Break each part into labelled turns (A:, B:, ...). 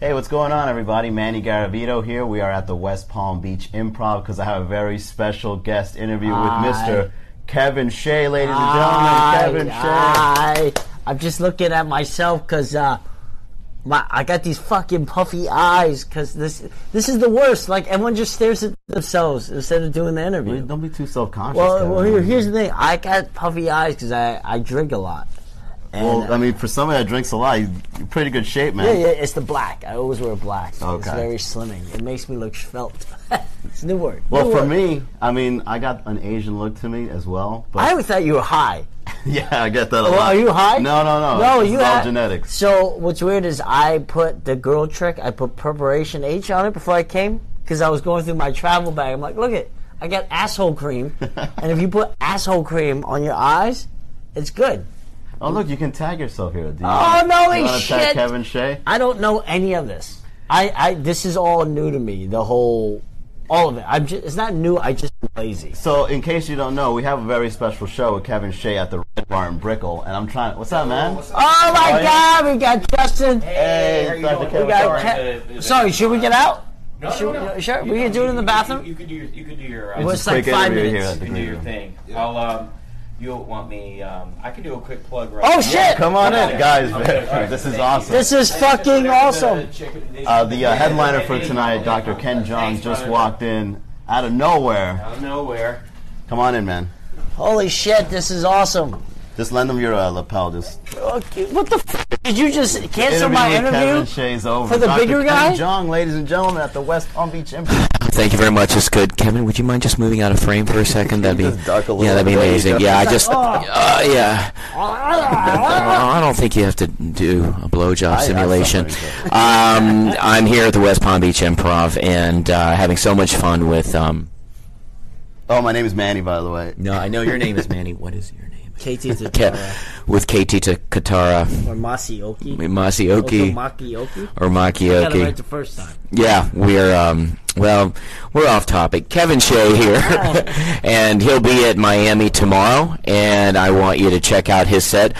A: Hey, what's going on, everybody? Manny Garavito here. We are at the West Palm Beach Improv because I have a very special guest interview
B: Aye.
A: with Mr. Kevin Shea, ladies
B: Aye,
A: and gentlemen. Kevin Shea.
B: aye. I'm just looking at myself because uh, my I got these fucking puffy eyes because this this is the worst. Like everyone just stares at themselves instead of doing the interview.
A: Don't be too self-conscious.
B: Well,
A: Kevin.
B: well here, here's the thing. I got puffy eyes because I, I drink a lot. And,
A: Well,
B: uh,
A: I mean, for somebody that drinks a lot, you're in pretty good shape, man.
B: yeah, yeah, it's the black. I always wear black.
A: Okay.
B: It's very slimming. It makes me look svelte. it's a new word.
A: Well,
B: New
A: for
B: word.
A: me, I mean, I got an Asian look to me as well. But
B: I always thought you were high.
A: yeah, I get that a
B: Well,
A: lot.
B: are you high?
A: No, no, no.
B: No,
A: This
B: you
A: is all
B: ha-
A: genetics.
B: So what's weird is I put the girl trick. I put preparation H on it before I came because I was going through my travel bag. I'm like, look it, I got asshole cream, and if you put asshole cream on your eyes, it's good.
A: Oh, look, you can tag yourself here. Do you
B: Oh, no,
A: Uh, you
B: he
A: wanna Tag
B: shit.
A: Kevin Shea.
B: I don't know any of this. I, I this is all new to me. The whole, all of it. I'm just. It's not new. I just lazy.
A: So, in case you don't know, we have a very special show with Kevin Shea at the Red Barn Brickle, and I'm trying. What's up, man?
C: What's up?
B: Oh my
A: Oh, yeah.
B: God! We got Justin.
A: Hey,
C: how you
A: Dr. Kevin.
B: we
C: doing? We
B: got
C: sorry,
B: Ke-
C: the- the-
B: sorry, should we get out?
C: No, no,
B: Should-
C: no.
B: sure,
C: You-
B: we can do it in the
C: you-
B: bathroom.
C: You, you could do your, you could do your. Uh,
B: Well,
C: you
B: it's like
A: quick
B: five
A: interview
B: minutes.
A: here at the
C: can do
A: Green
C: your
A: Room.
C: thing. I'll. Um, you'll want me. Um, I can do a quick plug right.
B: Oh,
C: now.
B: shit!
A: Come on in,
C: Okay.
A: guys.
C: Okay, all right.
A: this is
C: Thank you.
A: awesome.
B: This is fucking awesome.
A: uh, the uh, headliner for tonight, Dr. Ken Johns, just walked in out of nowhere.
C: Out of nowhere.
A: Come on in, man.
B: Holy shit, this is awesome.
A: Just lend him your uh, lapel. Just
B: Okay, what the f? Did you just cancel my
A: with Kevin
B: interview?
A: Shea's over.
B: for the
A: Dr.
B: bigger
A: Ken
B: guy?
A: Jong, ladies and gentlemen, at the West Palm Beach Improv.
D: Thank you very much. It's good. Kevin, would you mind just moving out of frame for a second? That'd be
A: Just duck a little
D: yeah, that'd be
A: bit. Oh.
D: amazing. Yeah, I just uh, yeah. I don't think you have to do a blowjob
A: I
D: simulation.
A: somebody did.
D: Um, I'm here at the West Palm Beach Improv and uh, having so much fun with. Um,
A: Oh, my name is Manny, by the way.
D: no, I know your name is Manny. What is your name?
B: KT to
D: Ke- with Keitita Katara
B: or Masioki.
A: Oh,
D: Masioki
B: Makioki.
D: or
B: Got it
D: Makioki.
B: right the first time.
D: Yeah, we're um, well, we're off topic. Kevin Shea here, and he'll be at Miami tomorrow, and I want you to check out his set.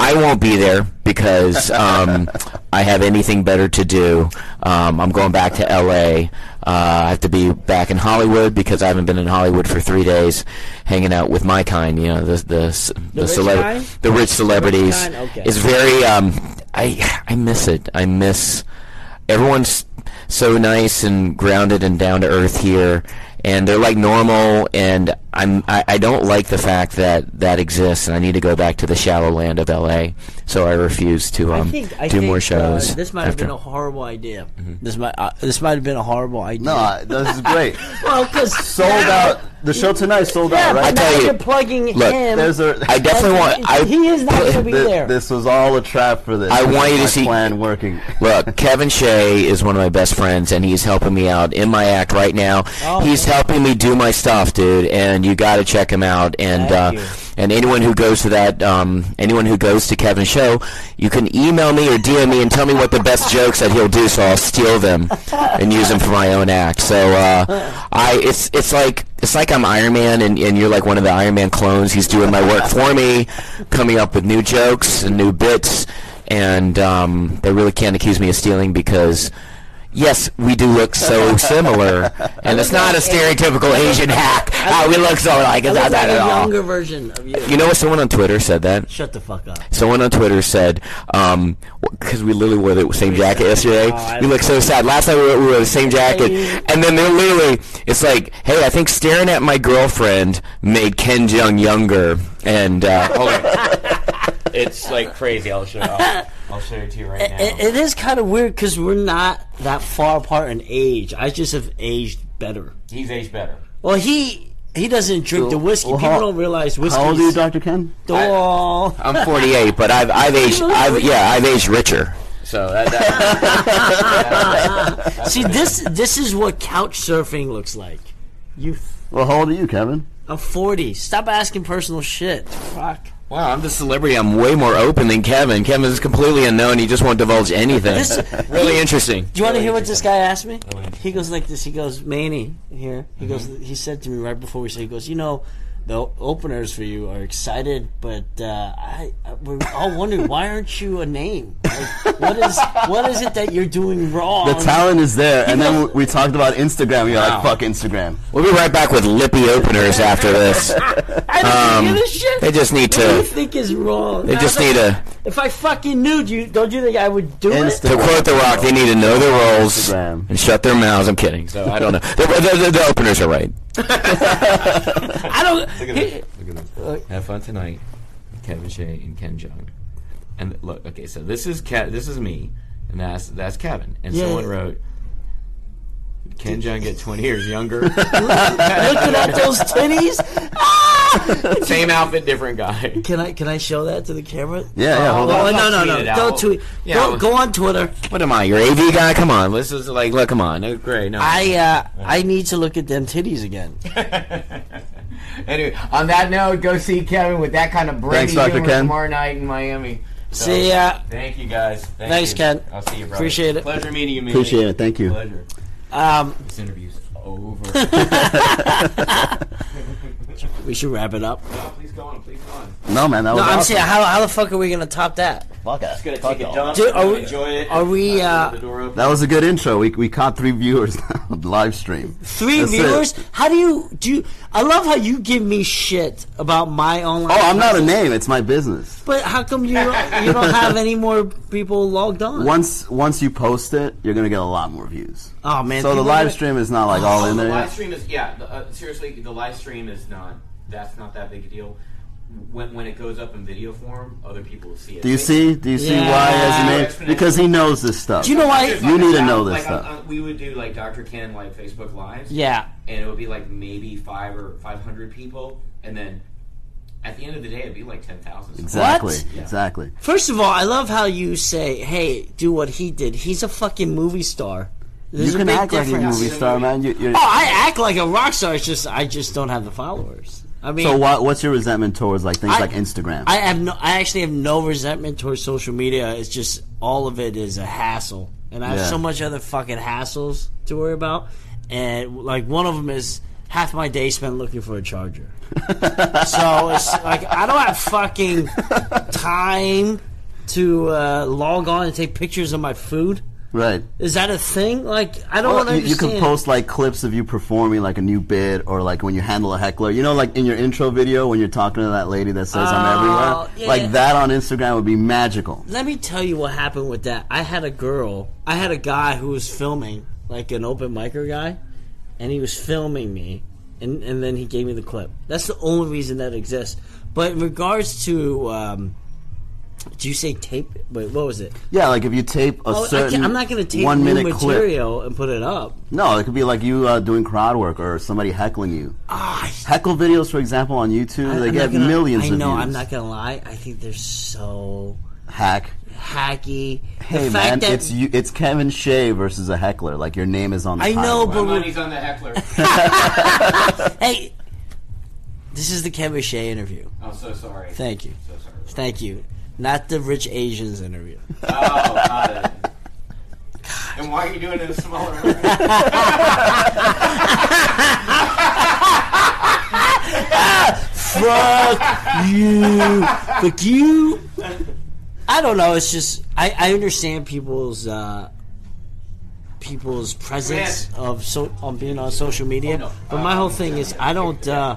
D: I won't be there because um, I have anything better to do. Um, I'm going back to LA. Uh, I have to be back in Hollywood because I haven't been in Hollywood for three days, hanging out with my kind. You know, the the s- the,
B: rich
D: celeb-
B: kind?
D: the rich celebrities.
B: kind? Okay.
D: It's very um, I I miss it. I miss everyone's so nice and grounded and down to earth here and they're like normal and I'm I, I don't like the fact that that exists and I need to go back to the shallow land of LA so I refuse to um, do more shows.
B: uh, this might have
D: after. Mm-hmm.
B: been a horrible idea. This might uh, this might have been a horrible idea.
A: No, I- this is great.
B: well, because
A: sold out. The show tonight sold
B: Yeah,
A: out,
B: but
A: right?
D: I
B: now
D: tell you,
B: you, are plugging
D: look,
B: him.
A: There's a.
D: I definitely want I
B: he is not going to be
A: Thi-
B: there.
A: This was all a trap for this.
D: I
A: This
D: want
A: is
D: you to
A: my
D: see-
A: plan working.
D: Look, Kevin Shea is one of my best friends, and he's helping me out in my act right now.
B: Oh,
D: he's
B: man.
D: helping me do my stuff, dude, and you got to check him out. And
B: Thank
D: uh,
B: you.
D: and anyone who goes to that, um, anyone who goes to Kevin's show, you can email me or DM me and tell me what the best jokes that he'll do, so I'll steal them and use them for my own act. So uh, I, it's it's like it's like I'm Iron Man, and, and you're like one of the Iron Man clones. He's doing my work for me, coming up with new jokes and new bits and um, they really can't accuse me of stealing because yes we do look so similar and it's not a stereotypical asian hack how we look so like it's
B: He's
D: not that
B: like a
D: at all
B: younger version of you.
D: you know what someone on twitter said that
B: Shut the fuck up.
D: someone on twitter said um because we literally wore the same jacket yesterday
B: I-
D: we look so sad last time we wore, we wore the same jacket and then they're literally it's like hey i think staring at my girlfriend made ken jung younger and uh, hold on.
C: It's like crazy. I'll show. I'll, I'll show it to you right now.
B: It, it is kind of weird because we're not that far apart in age. I just have aged better.
C: He's aged better.
B: Well, he he doesn't drink the whiskey.
A: well,
B: People
A: how-
B: don't realize whiskey.
A: How old are you, Dr. Ken?
D: I'm 48, but I've I've aged. I've, yeah, I've aged richer. So that, that,
B: See, this this is what couch surfing looks like. Youth.
A: Well, how old are you, Kevin?
B: I'm 40. Stop asking personal shit. Fuck.
D: wow, I'm the celebrity. I'm way more open than Kevin. Kevin is completely unknown. He just won't divulge anything.
B: This-
D: really interesting.
B: Do you want to hear what this guy asked me?
C: Really?
D: Mm-hmm.
B: He goes like this. He goes, Manny, here. He goes. He said to me right before we said, he goes, you know, the openers for you are excited, but uh, I, I we're all wondering why aren't you a name? Like, what is what is it that you're doing wrong?
A: The talent is there, and then we- we talked about Instagram. You're like, fuck Instagram.
D: We'll be right back with lippy openers after this.
B: I don't give a shit.
D: um, They just need
B: what do you
D: to.
B: think is wrong?
D: They just need to.
B: If I fucking knew you, don't you think I would do it?
D: To quote The Rock, they need to know their roles
A: Instagram.
D: and shut their mouths. I'm kidding. So I don't know. The, the, the, the openers are right.
B: I don't.
C: Look at this. Look at this. Have fun tonight, Kevin Shea and Ken Jong. And look, okay, so this is Ke- this is me, and that's that's Kevin. And
B: Yeah.
C: someone wrote, Ken Jong get twenty years younger,
B: Looking at those titties.
C: same outfit, different guy.
B: Can I can I show that to the camera?
A: Yeah, yeah, hold
B: Oh,
A: on.
B: no, no,
C: tweet
B: no!
C: it out.
B: Don't tweet.
C: Yeah,
B: Go-
C: well-
B: go on Twitter.
D: What am I, your AV guy? Come on. This is like, look, come on.
C: No, great. No.
B: I uh, I need to look at them titties again.
C: anyway, on that note, go see Kevin with that kind of Brady
A: Thanks, Dr.
C: humor
A: Ken.
C: tomorrow night in Miami. So,
B: See uh, ya.
C: Thank you guys. Thank
B: Thanks,
C: you.
B: Ken.
C: I'll see you, brother.
B: Appreciate it.
C: Pleasure meeting you. man.
A: Appreciate it. Thank you.
C: Pleasure.
B: Um,
C: This interview's over.
B: we should wrap it up.
C: No, please go on. Please go on.
A: No, man, that
B: No,
A: was
B: I'm
A: awesome.
B: saying how how the fuck are we gonna top that?
A: Fuck it.
C: Just
A: Fuck
C: gonna take a
A: it.
C: dump.
B: Dude, are we-
C: enjoy it.
B: are we,
C: Uh,
B: uh,
C: the door open.
A: That was a good intro. We, we caught three viewers now, live stream.
B: Three
A: That's it.
B: viewers. How do you do? You, I love how you give me shit about my online.
A: Oh, I'm not a name. It's my business.
B: But how come you don't, you don't have any more people logged on?
A: Once once you post it, you're gonna get a lot more views.
B: Oh, man,
A: So the
B: people
A: live
B: are-
A: stream is not like all in
C: the
A: there.
C: live
A: Yet.
C: stream is yeah. The, uh, seriously, the live stream is not. That's not that big a deal. When when it goes up in video form, other people will see it.
A: Do you see? Do you see
B: Yeah.
A: why as a name? Because he knows this stuff.
B: Do you know why?
C: Like,
A: You need to
C: I-
A: know this
C: like,
A: stuff.
C: I- I- we would do like Dr. Ken like Facebook lives.
B: Yeah.
C: and it would be like maybe five or five hundred people, and then at the end of the day, it'd be like ten thousand.
A: Exactly.
B: What?
A: Exactly.
B: First of all, I love how you say, "Hey, do what he did." He's a fucking movie star. There's
A: you
B: a
A: can
B: big
A: act like a
B: difference.
A: movie star, man. You, you're,
B: Oh, I act like a rock star. It's just I just don't have the followers. I mean,
A: so what, what's your resentment towards like things
B: I-
A: like Instagram?
B: I have no. I actually have no resentment towards social media. It's just all of it is a hassle, and I have
A: Yeah.
B: so much other fucking hassles to worry about. And like one of them is half my day spent looking for a charger. so it's like I don't have fucking time to uh, log on and take pictures of my food.
A: right.
B: Is that a thing? Like I don't
A: Well, you, you
B: understand.
A: can post like clips of you performing like a new bit or like when you handle a heckler. You know, like in your intro video when you're talking to that lady that says I'm everywhere.
B: Oh, yeah,
A: like
B: yeah.
A: that on Instagram would be magical.
B: Let me tell you what happened with that. I had a girl, I had a guy who was filming, like an open micer guy, and he was filming me, and, and then he gave me the clip. That's the only reason that exists. But in regards to, um, did you say tape? Wait, what was it?
A: Yeah, like if you tape a
B: Oh, I
A: certain
B: can't, I'm not going to tape
A: one
B: new
A: minute clip.
B: material and put it up.
A: No, it could be like you uh, doing crowd work or somebody heckling you.
B: Ah,
A: Heckle videos, for example, on YouTube,
B: I'm
A: they
B: not
A: get
B: gonna-
A: millions
B: I
A: of
B: know.
A: views.
B: I'm not going to lie. I think they're so
A: hack.
B: hacky.
A: Hey
B: the fact
A: man,
B: that
A: it's you, it's Kevin Shea versus a heckler. Like your name is on the
B: I know,
A: timeline.
B: but we-
C: Money's on the heckler.
B: hey, this is the Kevin Shea interview.
C: I'm so sorry.
B: Thank you.
C: So sorry.
B: Thank you. Not the rich Asians interview.
C: Oh, got it. And why are you doing it in a smaller room?
B: Fuck you. Fuck you. I don't know. It's just I, I understand people's uh, people's presence of so on being on social media.
A: Oh,
C: no.
B: But my whole thing is I don't. Uh,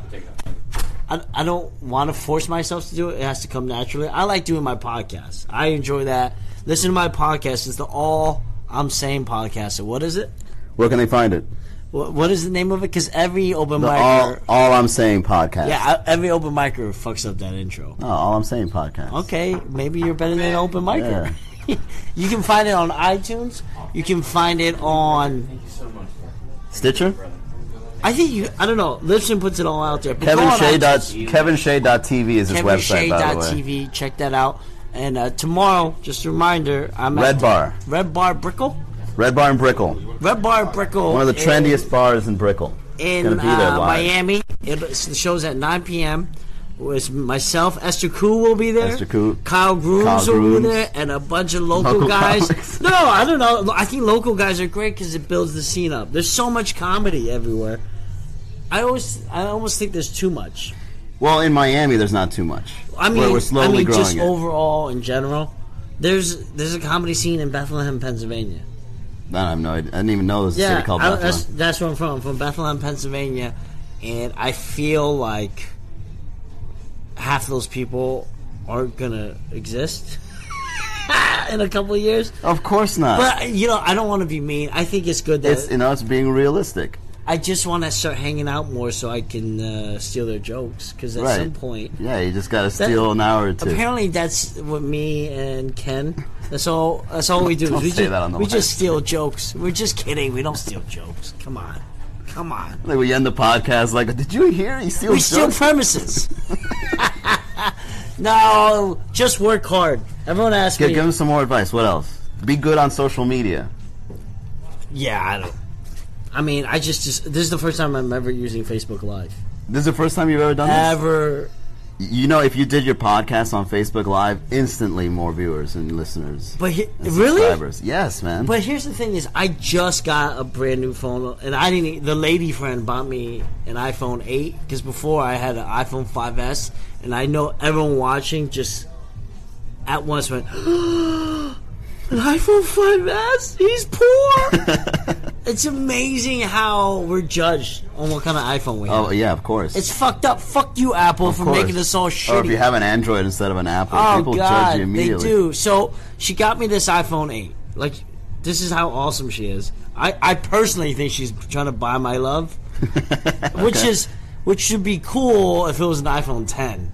B: I, I don't want to force myself to do it. It has to come naturally. I like doing my podcast. I enjoy that. Listen to my podcast. It's the All I'm Saying podcast. So what is it?
A: Where can they find it?
B: What, what is the name of it? Because every open
A: The
B: mic.
A: all, all I'm saying podcast.
B: Yeah, I, every open micer fucks up that intro.
A: No, all I'm saying podcast.
B: Okay, maybe you're better than an open micer. you can find it on iTunes. You can find it on.
A: Stitcher.
B: I think you. I don't know. Lipson puts it all out there. But go on
A: KevinShea
B: iTunes.
A: dot KevinShea.tv is his website, by the way.
B: KevinShea.tv. Check that out. And uh, tomorrow, just a reminder, I'm
A: Red
B: at
A: Bar.
B: Red Bar Brickle.
A: Red Bar and Brickell.
B: Red Bar Brickle.
A: One of the
B: is-
A: trendiest bars in Brickell.
B: in
A: Gonna be there
B: uh,
A: live.
B: Miami. It, it's- the show's at 9 p.m. It's myself, Esther Koo will be there.
A: Esther Koo.
B: Kyle Grooms
A: Kyle
B: will
A: Grooms.
B: be there, and a bunch of local,
A: Local
B: guys.
A: comics.
B: No, I don't know. I think local guys are great because it builds the scene up. There's so much comedy everywhere. I always, I almost think there's too much.
A: Well, in Miami, there's not too much.
B: I mean,
A: we're, we're slowly
B: I mean,
A: growing
B: just
A: it.
B: overall in general, there's there's a comedy scene in Bethlehem, Pennsylvania.
A: I don't know. I didn't even know there's a
B: Yeah,
A: city called
B: I-
A: Bethlehem.
B: that's that's where I'm from. I'm from Bethlehem, Pennsylvania, and I feel like half those people aren't gonna exist in a couple of years.
A: of course not.
B: But you know, I don't want to be mean. I think it's good that
A: it's you know it's being realistic.
B: I just want to start hanging out more so I can uh, steal their jokes because at
A: Right.
B: some point.
A: Yeah, you just gotta steal an hour or two.
B: Apparently, that's what me and Ken. That's all. That's all we do.
A: Don't
B: we
A: say
B: just,
A: that on the
B: we
A: live
B: just steal jokes. We're just kidding. We don't steal jokes. Come on, come on.
A: like we end the podcast like, did you hear? He steals.
B: We steal
A: jokes?"
B: premises. no, just work hard. Everyone asks
A: Give,
B: me.
A: give him some more advice. What else? Be good on social media.
B: Yeah, I don't. I mean, I just just this is the first time I'm ever using Facebook Live.
A: This is the first time you've ever done this.
B: Ever.
A: You know, if you did your podcast on Facebook Live, instantly more viewers and listeners.
B: But he,
A: and
B: really,
A: subscribers. Yes, man.
B: But here's the thing: is I just got a brand new phone, and I didn't. e- The lady friend bought me an iPhone 8 because before I had an iPhone 5s, and I know everyone watching just at once went, "An iPhone 5s? He's poor." it's amazing how we're judged on what kind of iPhone we have.
A: oh yeah, of course.
B: It's fucked up. Fuck you, Apple, for
A: course.
B: making us all
A: Or
B: shitty. Oh,
A: if you have an Android instead of an Apple, people judge you immediately.
B: They do. So she got me this iPhone 8. Like, this is how awesome she is. I, I personally think she's trying to buy my love, which is which should be cool if it was an iPhone 10.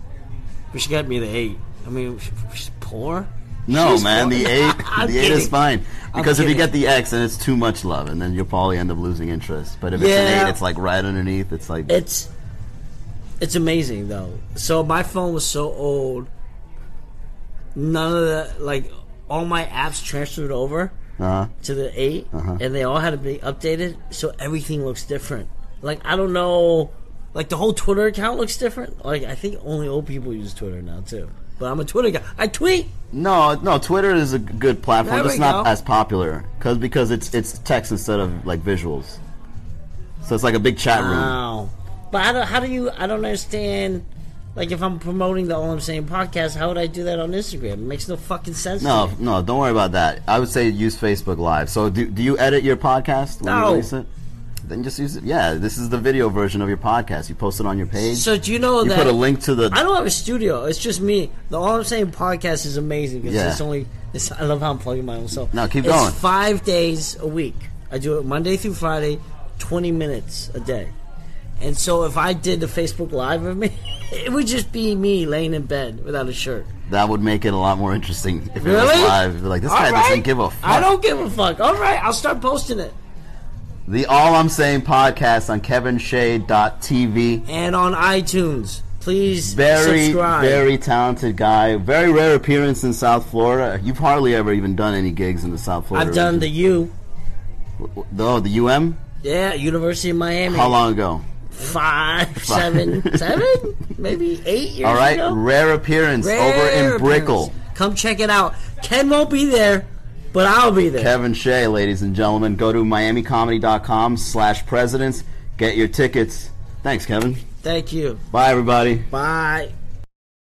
B: But she got me the 8. I mean, sh- she's poor.
A: No,
B: She's
A: man,
B: poor.
A: the eight,
B: I'm
A: the eight is
B: kidding.
A: fine
B: I'm
A: because if you
B: kidding.
A: get the X, then it's too much love, and then you'll probably end up losing interest. But if it's an
B: Yeah.
A: eight, it's like right underneath. It's like
B: It's it's amazing though. So my phone was so old. None of the like all my apps transferred over
A: uh,
B: to the 8
A: Uh-huh.
B: and they all had to be updated, so everything looks different. Like I don't know, like the whole Twitter account looks different. Like I think only old people use Twitter now too. But I'm a Twitter guy. I tweet.
A: no, no. Twitter is a good platform,
B: There
A: just
B: we
A: not
B: go.
A: as popular because because it's it's text instead of like visuals. So it's like a big chat room.
B: Wow. But I don't, how do you? I don't understand. Like if I'm promoting the All I'm Saying podcast, how would I do that on Instagram? It makes no fucking sense. to
A: no,
B: me.
A: no, don't worry about that. I would say use Facebook Live. So do, do you edit your podcast when you
B: No.
A: release it? Then just use it. Yeah, this is the video version of your podcast. You post it on your page.
B: So do you know
A: you
B: that?
A: put a link to the
B: I don't have a studio. It's just me. The All I'm Saying podcast is amazing because
A: Yeah.
B: it's only. It's, I love how I'm plugging my own self.
A: No, keep
B: It's
A: going.
B: Five days a week. I do it Monday through Friday, 20 minutes a day. And so if I did the Facebook Live of me, it would just be me laying in bed without a shirt.
A: That would make it a lot more interesting if it was
B: Really?
A: live. Like this guy
B: All right.
A: doesn't give a fuck.
B: I don't give a fuck. All right, I'll start posting it.
A: The All I'm Saying podcast on KevinShay.tv.
B: And on iTunes, please
A: Very,
B: subscribe.
A: very talented guy. Very rare appearance in South Florida. You've hardly ever even done any gigs in the South Florida.
B: I've done the
A: region.
B: U.
A: oh the UM.
B: Yeah, University of Miami.
A: How long ago?
B: five, seven, seven, maybe eight years
A: All right,
B: ago.
A: rare appearance over
B: Rare
A: in Brickell.
B: appearance. Come check it out. Ken won't be there, but I'll be there.
A: Kevin Shea, ladies and gentlemen, go to miamicomedy.com slash presidents. Get your tickets. Thanks, Kevin.
B: Thank you.
A: Bye, everybody.
B: Bye.